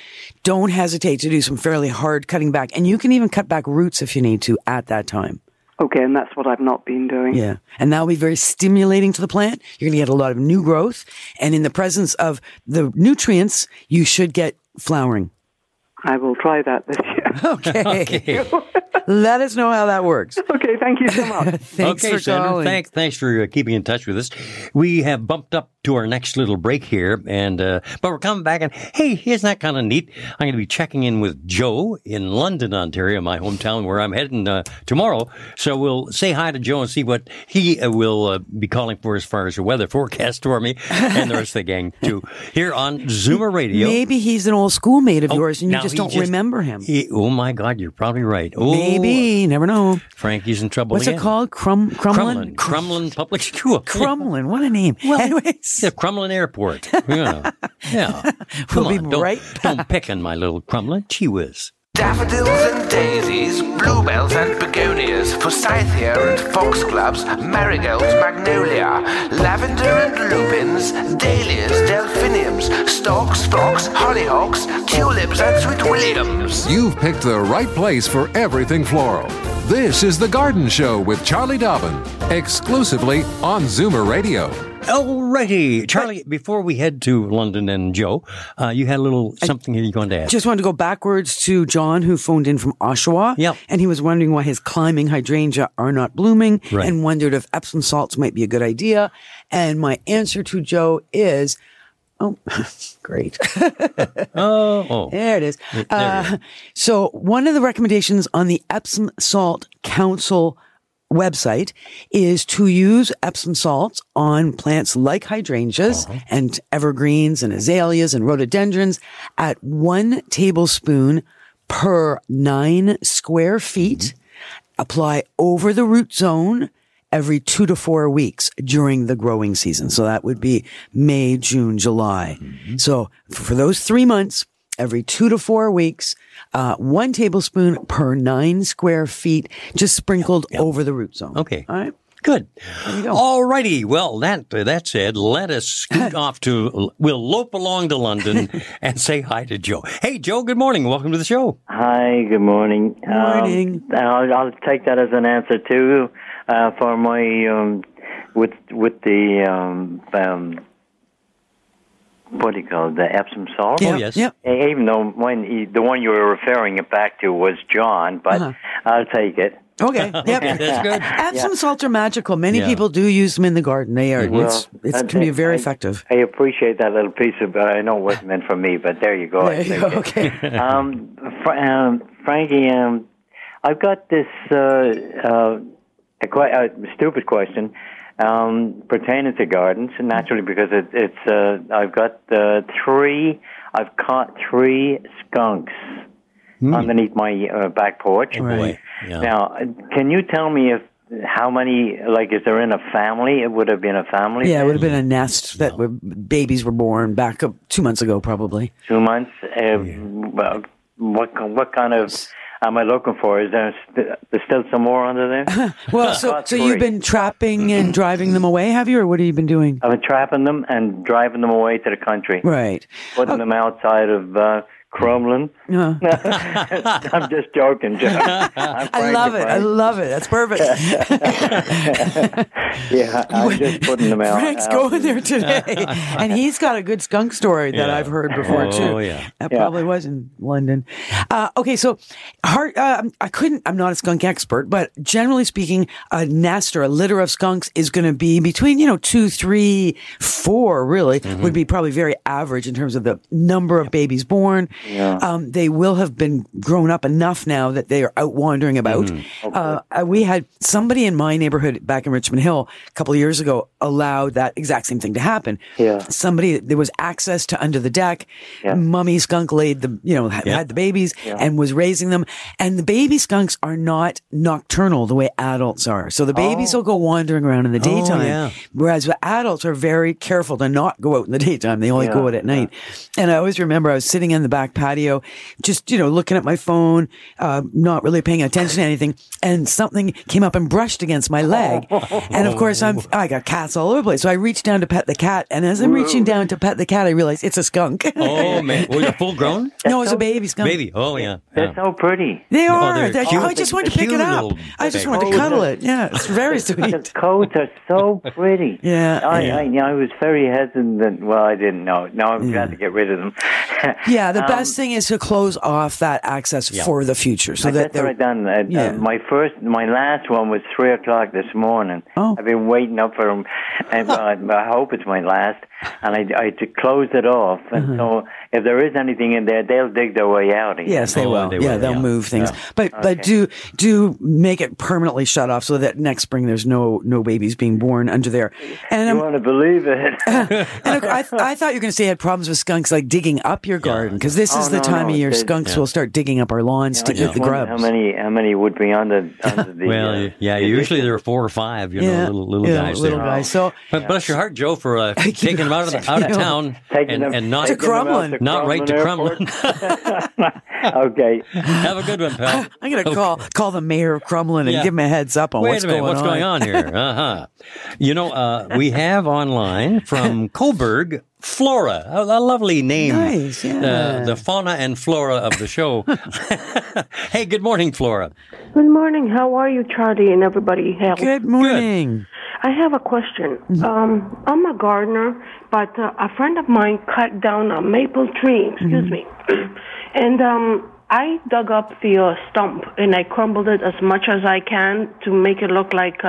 S3: don't hesitate to do some fairly hard cutting back and you can even cut back roots if you need to at that time.
S8: Okay, and that's what I've not been doing.
S3: Yeah. And that'll be very stimulating to the plant. You're going to get a lot of new growth. And in the presence of the nutrients, you should get flowering.
S8: I will try that this year.
S3: [laughs] Okay. Let us know how that works.
S8: okay, thank you so much.
S3: Thanks
S2: okay,
S3: for
S2: Sandra.
S3: calling.
S2: Thanks, thanks for uh, keeping in touch with us. We have bumped up to our next little break here, and uh, but we're coming back. And hey, isn't that kind of neat? I'm going to be checking in with Joe in London, Ontario, my hometown, where I'm heading uh, tomorrow. So we'll say hi to Joe and see what he uh, will uh, be calling for as far as the weather [laughs] forecast for me and the rest of the gang too. Here on Zoomer Radio. Oh,
S3: Maybe he's an old schoolmate of yours and you
S2: now
S3: just
S2: he
S3: don't remember him.
S2: he- oh my God, you're probably right. Oh,
S3: Maybe. You Never know.
S2: Frankie's in trouble.
S3: What's it
S2: again.
S3: called? Crum, Crumlin?
S2: Crumlin, Crumlin Public [laughs] School.
S3: Crumlin. What a name. Anyways.
S2: Yeah, Crumlin Airport.
S3: [laughs]
S2: Yeah. yeah. Come
S3: We'll be
S2: on, don't,
S3: right
S2: don't pick on my little Crumlin. Gee whiz.
S9: Daffodils and daisies, bluebells and begonias, forsythia and foxgloves, marigolds, magnolia, lavender and lupins, dahlias, delphiniums, stalks, fox, hollyhocks, tulips and sweet williams.
S1: You've picked the right place for everything floral. This is The Garden Show with Charlie Dobbin, exclusively on Zoomer Radio.
S2: Alrighty. Charlie, before we head to London and Joe, uh, you had a little something here you wanted to ask.
S3: Just wanted to go backwards to John, who phoned in from Oshawa.
S2: Yep.
S3: And he was wondering why his climbing hydrangea are not blooming
S2: Right.
S3: and wondered if Epsom salts might be a good idea. And my answer to Joe is, oh, [laughs] great. [laughs]
S2: oh, oh.
S3: There it is. Uh, so one of the recommendations on the Epsom Salt Council website is to use Epsom salts on plants like hydrangeas and evergreens and azaleas and rhododendrons at one tablespoon per nine square feet. Apply over the root zone every two to four weeks during the growing season. So that would be May, June, July.
S2: Mm-hmm.
S3: So for those three months, every two to four weeks, uh, one tablespoon per nine square feet, just sprinkled over the root zone.
S2: Okay.
S3: All right.
S2: Good. Alrighty. Well, that uh, that said, let
S3: [laughs]
S2: us scoot off to, we'll lope along to London and say hi to Joe. Hey, Joe, good morning. Welcome to the show.
S10: Hi, good morning. Good
S3: morning.
S10: I'll, I'll take that as an answer too uh, for my um, with with the um, um, what do you call it, the Epsom salt.
S2: Oh, yes.
S3: Yep.
S10: E- Even though when he, the one you were referring it back to was John, but
S3: Uh-huh.
S10: I'll take it. [laughs]
S3: Okay. Yep.
S2: That's good.
S3: Epsom salts are magical. Many
S2: Yeah. Mm-hmm.
S3: people do use them in the garden. They are. It's,
S10: Well,
S3: it's
S10: I-
S3: can be very
S10: I-
S3: effective.
S10: I appreciate that little piece of. I know it wasn't meant for me, but there
S3: [laughs]
S10: you go.
S3: There
S10: I
S3: you
S10: take
S3: go.
S10: it.
S3: Okay.
S10: um, Fra- um, Frankie, um, I've got this uh, uh, a, que- a stupid question. um, pertaining to gardens, naturally because it, it's uh, I've got uh, three. I've caught three skunks
S3: Hmm.
S10: underneath my uh, back
S3: Oh,
S10: porch.
S2: boy. Yeah.
S10: Now, can you tell me if how many? Like, is there in a family? It would have been a family.
S3: Yeah, it would have been a nest that were, babies were born back up two months ago, probably.
S10: two months. Uh, well, What what kind of am I looking for? Is there st- there's still some more under there?
S3: [laughs]
S10: [laughs]
S3: Well, so
S10: That's
S3: so you've
S10: great.
S3: been trapping and driving them away, have you, or what have you been doing?
S10: I've been trapping them and driving them away to the country,
S3: Right. Oh.
S10: putting them outside of uh,
S3: [laughs]
S10: Crumlin.
S3: Uh,
S10: [laughs] I'm just
S3: [laughs]
S10: joking, Jeff. I'm
S3: I
S10: Frank
S3: love it. I
S10: Frank.
S3: love it. That's perfect. [laughs]
S10: yeah, I'm just putting them out.
S3: Frank's
S10: out.
S3: going there today, and he's got a good skunk story that
S2: Yeah.
S3: I've heard before
S2: Oh,
S3: too.
S2: yeah.
S3: that probably was in London. Uh, okay, so heart. Uh, I couldn't. I'm not a skunk expert, but generally speaking, a nest or a litter of skunks is going to be between you know two, three, four. Really,
S2: Mm-hmm.
S3: would be probably very average in terms of the number of babies born. Um, they will have been grown up enough now that they are out wandering about. Uh, uh, we had somebody in my neighborhood back in Richmond Hill a couple of years ago allowed that exact same thing to happen.
S10: Yeah.
S3: Somebody, there was access to under the deck. Mummy skunk laid the, you know, ha- had the babies and was raising them. And the baby skunks are not nocturnal the way adults are. So the babies will go wandering around in the daytime.
S2: yeah.
S3: Whereas the adults are very careful to not go out in the daytime. They only go out at night. And I always remember I was sitting in the back patio, just, you know, looking at my phone, uh, not really paying attention to anything. And something came up and brushed against my leg. And of course, I'm, I got cats all over the place. So I reached down to pet the cat. And as I'm reaching down to pet the cat, I realized it's a skunk. [laughs]
S10: [laughs]
S2: Oh man, well, you're full grown
S3: no, it's a baby skunk.
S2: baby. Oh yeah, yeah. Oh,
S10: That's so pretty.
S3: They are.
S2: they're
S3: They're-
S2: cute.
S3: I just wanted to pick
S2: Cute
S3: it up.
S2: little
S3: I just
S2: thing.
S3: wanted to
S10: Oh,
S3: cuddle it. Yeah, [laughs] it's very sweet.
S10: The coats are
S3: [laughs]
S10: so pretty.
S3: Yeah.
S10: I,
S3: Yeah.
S10: I, I was very hesitant. Well, I didn't know. Now I'm glad to get rid of them.
S3: [laughs]
S10: Um,
S3: Yeah, the best thing is to close off that access for the future, so that
S10: That's what
S3: they're
S10: I done. Uh,
S3: Yeah.
S10: uh, my first, my last one was three o'clock this morning.
S3: Oh.
S10: I've been waiting up for them, and well, I, I hope it's my last. And I, I t- closed it off, and so if there is anything in there, they'll dig their way out. again.
S3: Uh-huh. Yes, they
S2: Oh,
S3: will.
S2: they
S3: yeah,
S2: will,
S3: they'll
S2: yeah.
S3: move things, but but do do make it permanently shut off so that next spring there's no no babies being born under
S2: [laughs]
S3: there. And
S10: You
S3: I'm,
S10: want to
S3: [laughs]
S10: believe it?
S3: and look, I, I thought you were going to say you had problems with skunks like digging up your garden because this is
S10: Oh,
S3: the
S10: no,
S3: time
S10: no,
S3: of year
S10: they-
S3: skunks will start digging up our lawns to eat
S10: Just
S3: the
S10: wondered
S3: grubs.
S10: How many? How many would be under, under the? uh,
S2: Well, yeah.
S10: the-
S2: Usually there are four or five, you
S3: Yeah,
S2: know, little little
S3: yeah,
S2: guys.
S3: little
S2: there.
S3: guys. So
S2: But bless your heart, Joe, for
S3: [laughs]
S2: uh,
S3: Thank you.
S2: taking them out of the, out of
S3: Yeah.
S2: town
S10: Taking
S2: and,
S10: them-
S2: and not
S3: To
S10: taking them out
S3: Crumlin.
S2: not right to
S10: Crumlin [laughs]
S2: Kremlin.
S10: Airport? okay.
S2: Have a good one, pal.
S3: [laughs] I'm going to call call the mayor of Crumlin and
S2: Yeah.
S3: give him a heads up on
S2: Wait
S3: what's,
S2: a minute,
S3: going,
S2: what's
S3: on.
S2: going on here? Uh huh. You know, uh, we have
S3: [laughs]
S2: online from Coburg, Flora, a, a lovely name.
S3: Nice, yeah.
S2: Uh, the fauna and flora of the show.
S3: [laughs]
S2: hey, good morning, Flora.
S11: Good morning. How are you, Charlie, and everybody else?
S3: Good morning. Mm-hmm.
S11: I have a question. Um, I'm a gardener, but uh, a friend of mine cut down a maple tree.
S3: Mm-hmm.
S11: Excuse me, and um, I dug up the uh, stump and I crumbled it as much as I can to make it look like uh,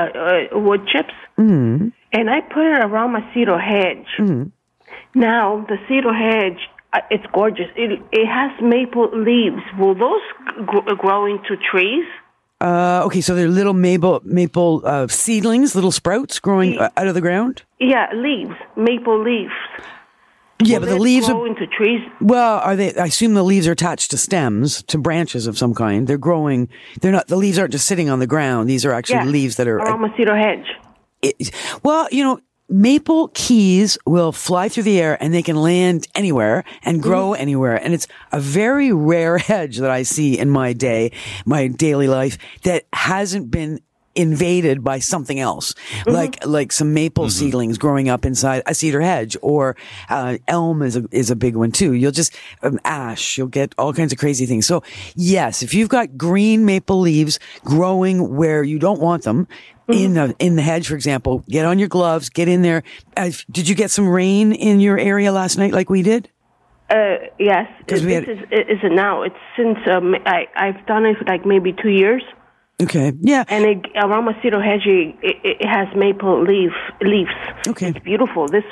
S11: uh, wood chips.
S3: Mm-hmm.
S11: And I put it around my cedar hedge. Now the cedar hedge, uh, it's gorgeous. It it has maple leaves. Will those gr- grow into trees?
S3: [laughs] Uh, okay, so they're little maple maple uh, seedlings, little sprouts growing uh, out of the ground.
S11: Yeah, leaves, maple leaves.
S3: Yeah,
S11: Will
S3: but the
S11: they
S3: leaves
S11: grow
S3: are
S11: into trees.
S3: Well, are they? I assume the leaves are attached to stems, to branches of some kind. They're growing. They're not. The leaves aren't just sitting on the ground. These are actually leaves that are.
S11: around a cedar hedge.
S3: it- well, you know, maple keys will fly through the air and they can land anywhere and grow anywhere. And it's a very rare [laughs] hedge that I see in my day, my daily life that hasn't been invaded by something else like like some maple seedlings growing up inside a cedar hedge or uh, elm is a, is a big one too you'll just um, ash you'll get all kinds of crazy things so yes if you've got green maple leaves growing where you don't want them in the in the hedge, for example. Get on your gloves. Get in there. Uh, did you get some rain in your area last night, like we did?
S11: Uh, yes,
S3: 'Cause
S11: this
S3: we had-
S11: is it isn't now. It's since um, I I've done it for like maybe two years,
S3: Okay. Yeah.
S11: and it, around my cedar hedge, it, it, it has maple leaf leaves.
S3: Okay.
S11: it's beautiful. This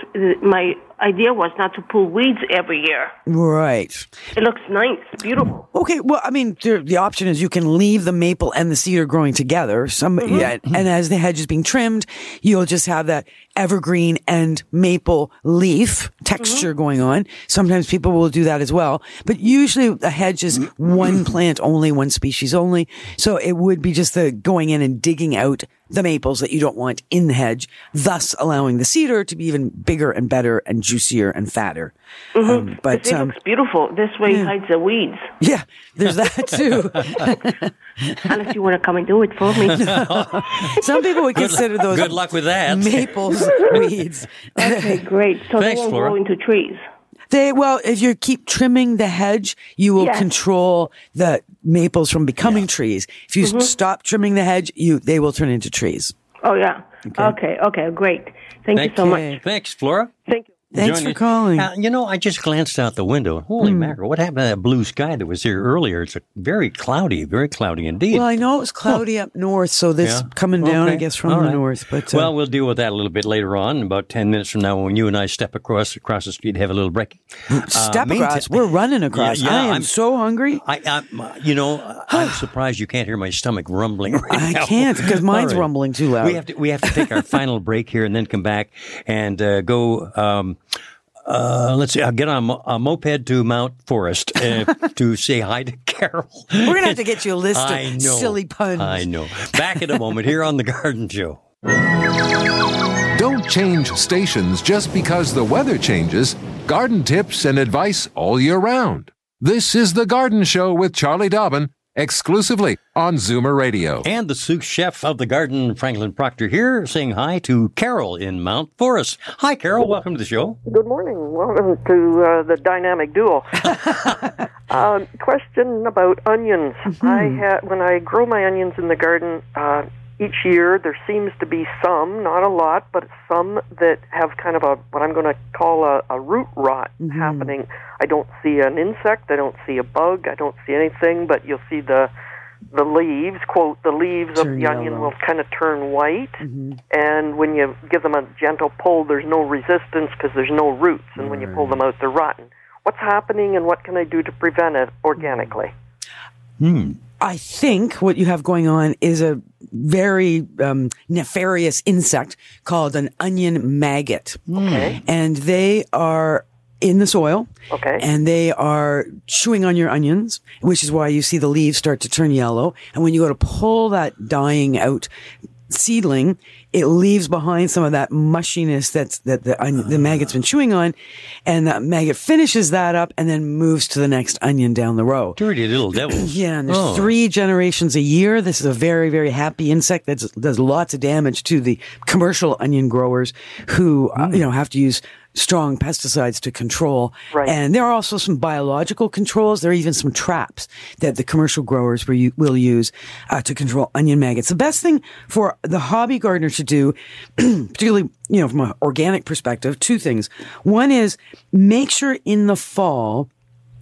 S11: my idea was not to pull weeds every year.
S3: Right.
S11: It looks nice, beautiful.
S3: Okay, well, I mean, there, the option is you can leave the maple and the cedar growing together. Some,
S11: Mm-hmm.
S3: yeah, and as the hedge is being trimmed, you'll just have that evergreen and maple leaf texture
S11: Mm-hmm.
S3: going on. Sometimes people will do that as well, but usually a hedge is
S11: Mm-hmm.
S3: one plant only, one species only. So it would be just the going in and digging out the maples that you don't want in the hedge, thus allowing the cedar to be even bigger and better and juicier and fatter.
S11: Mm-hmm.
S3: Um, but
S11: it
S3: um,
S11: looks beautiful. This way it hides the weeds.
S3: yeah, there's that too.
S11: [laughs] Unless you want to come and do it
S3: [laughs]
S11: for me.
S3: [laughs] Some people would consider those
S2: Good luck with that. [laughs]
S3: maples weeds.
S11: [laughs]
S3: [laughs]
S11: okay, great. So
S2: Thanks,
S11: they won't
S2: Flora.
S11: grow into trees.
S3: They well, if you keep trimming the hedge, you will
S11: Yes.
S3: control the maples from becoming trees. If
S11: Mm-hmm.
S3: you stop trimming the hedge, you they will turn into trees.
S11: Oh yeah. Okay. Okay. great. Thank you so much.
S2: Thanks, Flora.
S11: Thank you.
S3: Thanks
S2: Join
S3: for
S2: us.
S3: calling. Hmm.
S2: Uh, you know, I just glanced out the window. Holy mackerel! What happened to that blue sky that was here earlier? It's a very cloudy, very cloudy indeed.
S3: well, I know it was cloudy up north, so this
S2: Yeah.
S3: coming down, I
S2: Okay.
S3: guess, from
S2: All
S3: the
S2: right.
S3: north. But uh,
S2: well, we'll deal with that a little bit later on, about ten minutes from now, when you and I step across across the street, have a little break. Uh,
S3: step
S2: meantime-
S3: across. We're running across.
S2: Yeah, yeah,
S3: I am
S2: I'm-
S3: so hungry.
S2: I, I,
S3: [sighs]
S2: you know, I'm surprised you can't hear my stomach rumbling right
S3: I
S2: [laughs] now.
S3: can't, 'cause mine's
S2: All
S3: rumbling too loud.
S2: We have to
S3: [laughs]
S2: we have to take our final break here and then come back and uh, go. Um, uh, let's see. I'll get on a mo- a moped to Mount Forest
S3: [laughs]
S2: uh, to say hi to Carol. We're
S3: gonna
S2: [laughs]
S3: have to get you a list of silly puns.
S2: I know. Back in a moment here on the Garden Show.
S1: Don't change stations just because the weather changes. Garden tips and advice all year round. This is The Garden Show with Charlie Dobbin, exclusively on Zoomer Radio.
S2: And the sous chef of the garden, Franklin Proctor, here saying hi to Carol in Mount Forest. Hi, Carol. Welcome to the show.
S12: Good morning. Welcome to uh, the
S8: [laughs]
S12: dynamic duo. um, question about onions.
S8: Mm-hmm.
S12: I ha- when I grow my onions in the garden uh, each year, there seems to be some, not a lot, but some that have kind of a what I'm going to call a, a root rot
S3: Mm-hmm.
S12: happening. I don't see an insect. I don't see a bug. I don't see anything, but you'll see the the leaves, quote, the leaves of
S3: Turn
S12: the onion
S3: yellow. Mm-hmm.
S12: will kind of turn white, and when you give them a gentle pull, there's no resistance because there's no roots, and when you pull them out, they're rotten. What's happening, and what can I do to prevent it organically?
S3: I think what you have going on is a very um, nefarious insect called an onion maggot.
S12: Okay.
S3: And they are in the soil.
S12: Okay.
S3: And they are chewing on your onions, which is why you see the leaves start to turn yellow. And when you go to pull that dying out seedling, it leaves behind some of that mushiness that's, that the, on- the maggot's been chewing on. And that maggot finishes that up and then moves to the next onion down the row.
S2: Dirty little devils.
S3: [clears throat] Yeah, and there's
S2: Oh.
S3: three generations a year. This is a very, very happy insect that does lots of damage to the commercial onion growers who, uh, you know, have to use strong pesticides to control.
S12: Right.
S3: And there are also some biological controls. There are even some traps that the commercial growers will, u- will use uh, to control onion maggots. The best thing for the hobby gardener to do, [clears throat] particularly, you know, from an organic perspective, two things. One is make sure in the fall,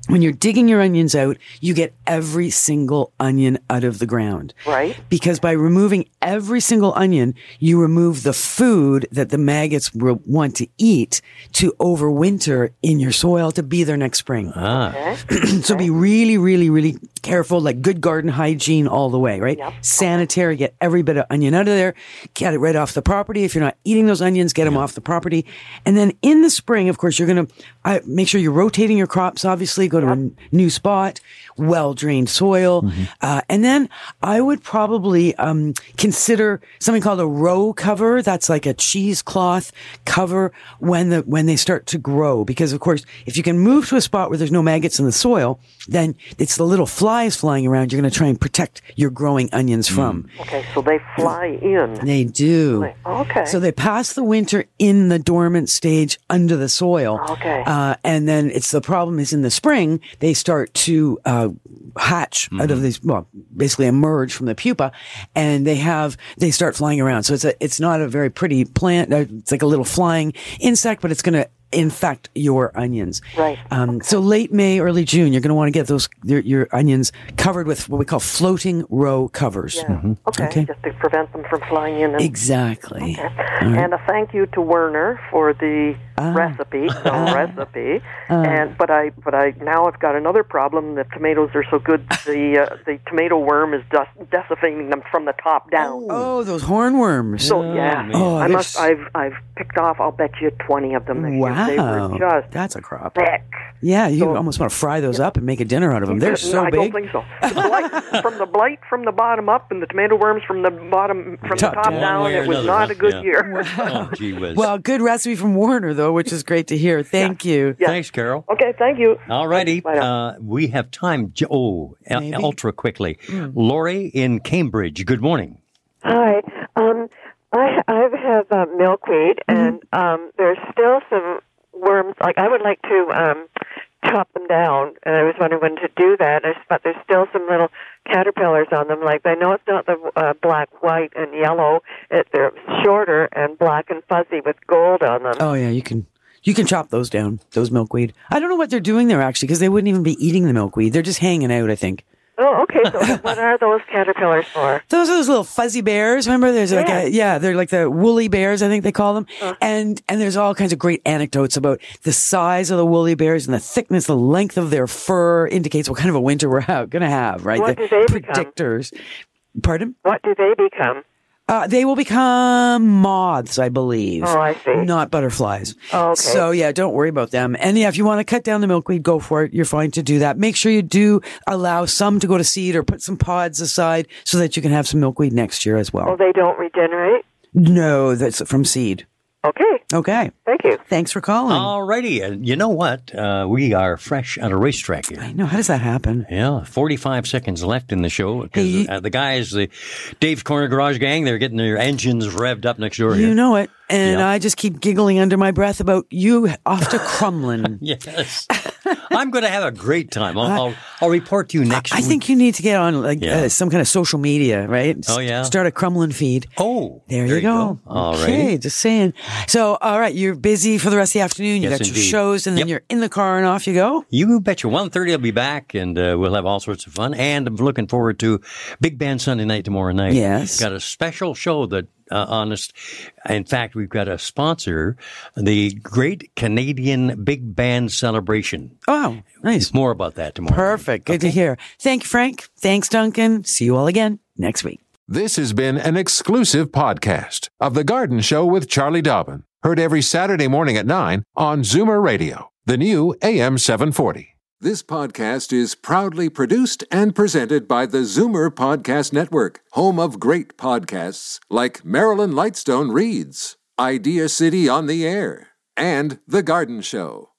S3: when you're digging your onions out, you get every single onion out of the ground.
S12: Right.
S3: Because by removing every single onion, you remove the food that the maggots will want to eat to overwinter in your soil to be there next spring. [clears throat] so be really, really, really careful, like good garden hygiene all the way, right? Sanitary, get every bit of onion out of there, get it right off the property. If you're not eating those onions, get them off the property. And then in the spring, of course, you're going to uh, make sure you're rotating your crops, obviously, go to a n- new spot, well drained soil. Uh, and then I would probably um, consider something called a row cover. That's like a cheesecloth cover when the when they start to grow. Because of course, if you can move to a spot where there's no maggots in the soil, then it's the little flies flying around you're going to try and protect your growing onions from.
S12: Okay, so they fly in.
S3: They do.
S12: Okay.
S3: So they pass the winter in the dormant stage under the soil.
S12: Okay.
S3: Uh, and then it's the problem is in the spring, they start to uh, hatch out of these, well, basically emerge from the pupa and they have, they start flying around. So it's a, it's not a very pretty plant. Uh, It's like a little flying insect, but it's going to infect your onions.
S12: Right.
S3: Um, so late May, early June, you're going to want to get those your, your onions covered with what we call floating row covers.
S12: Okay, just to prevent them from flying in. And,
S3: Exactly. All right.
S12: Mm. And a thank you to Werner for the
S3: [laughs]
S12: recipe, the recipe.
S3: Ah.
S12: And but I but I now I've got another problem. The tomatoes are so good. The uh, the tomato worm is just decimating them from the top down.
S3: Oh, those hornworms.
S12: So yeah,
S3: Oh,
S12: I
S3: they're
S12: must.
S3: s-
S12: I've I've picked off. I'll bet you twenty of them. This year. They were
S3: Wow.
S12: just
S3: that's a crop.
S12: thick.
S3: Yeah, you almost want to fry those up and make a dinner out of them. They're so
S12: I don't
S3: big.
S12: think so. The blight, from the blight from the bottom up, and the tomato worms from the bottom from
S3: Tucked
S12: the top
S3: in.
S12: down.
S3: One way or
S12: It was
S3: another,
S12: not a good [laughs]
S2: yeah.
S12: year.
S2: Oh, gee whiz.
S3: Well, good recipe from Warner though, which is great to hear. Thank you.
S2: Thanks, Carol.
S12: okay, thank you.
S2: All righty. Uh, we have time. j- Oh, uh, ultra quickly.
S3: Mm.
S2: Lori in Cambridge. Good morning.
S13: Hi. Um, I I have uh, milkweed, and um, there's still some worms. Like I would like to um, chop them down, and I was wondering when to do that. I just thought there's still some little caterpillars on them. Like I know it's not the uh, black, white, and yellow. It, they're shorter and black and fuzzy with gold on them.
S3: Oh yeah, you can you can chop those down. Those milkweed. I don't know what they're doing there actually, because they wouldn't even be eating the milkweed. They're just hanging out. I think.
S13: Oh, okay. So what are those caterpillars for?
S3: Those are those little fuzzy bears. Remember, there's like
S13: Yeah. Uh-huh.
S3: a, yeah, they're like the woolly bears, I think they call them. And and there's all kinds of great anecdotes about the size of the woolly bears and the thickness, the length of their fur indicates what kind of a winter we're ha- going to have, right?
S13: What
S3: the
S13: do they become?
S3: predictors. Pardon?
S13: What do they become?
S3: Uh, they will become moths, I believe.
S13: Oh, I see.
S3: Not butterflies.
S13: Oh, okay.
S3: So yeah, don't worry about them. And yeah, if you want to cut down the milkweed, go for it. You're fine to do that. Make sure you do allow some to go to seed or put some pods aside so that you can have some milkweed next year as well.
S13: Oh, they don't regenerate.
S3: No, that's from seed.
S13: Okay.
S3: Okay.
S13: Thank you.
S3: Thanks for calling.
S2: All righty. And you know what? Uh, we are fresh on a racetrack here. I
S3: know. How does that happen?
S2: Yeah. 45 seconds left in the show because uh, the guys, the Dave's Corner Garage Gang, they're getting their engines revved up next door here.
S3: You know it. And
S2: Yeah.
S3: I just keep giggling under my breath about you off to Crumlin.
S2: [laughs] Yes. I'm going to have a great time. I'll, I'll, I'll report to you next
S3: I
S2: week.
S3: think you need to get on like
S2: Yeah.
S3: uh, some kind of social media, right?
S2: Oh, yeah.
S3: Start a Crumlin feed.
S2: Oh,
S3: there,
S2: there
S3: you
S2: you
S3: go.
S2: go. All
S3: Uh, okay,
S2: righty.
S3: just saying. So, all right, you're busy for the rest of the afternoon. You
S2: Yes,
S3: got your
S2: indeed.
S3: shows, and then
S2: Yep.
S3: you're in the car and off you go.
S2: You betcha. 1.30 I'll be back, and uh, we'll have all sorts of fun. And I'm looking forward to Big Band Sunday night tomorrow night.
S3: Yes.
S2: Got a special show that, uh, honest, in fact, we've got a sponsor, the Great Canadian Big Band Celebration.
S3: Oh, nice.
S2: More about that tomorrow.
S3: Perfect. Good to hear. Thank you, Frank. Thanks, Duncan. See you all again next week.
S1: This has been an exclusive podcast of The Garden Show with Charlie Dobbin, heard every Saturday morning at 9 on Zoomer Radio, the new AM 740. This podcast is proudly produced and presented by the Zoomer Podcast Network, home of great podcasts like Marilyn Lightstone Reads, Idea City on the Air, and The Garden Show.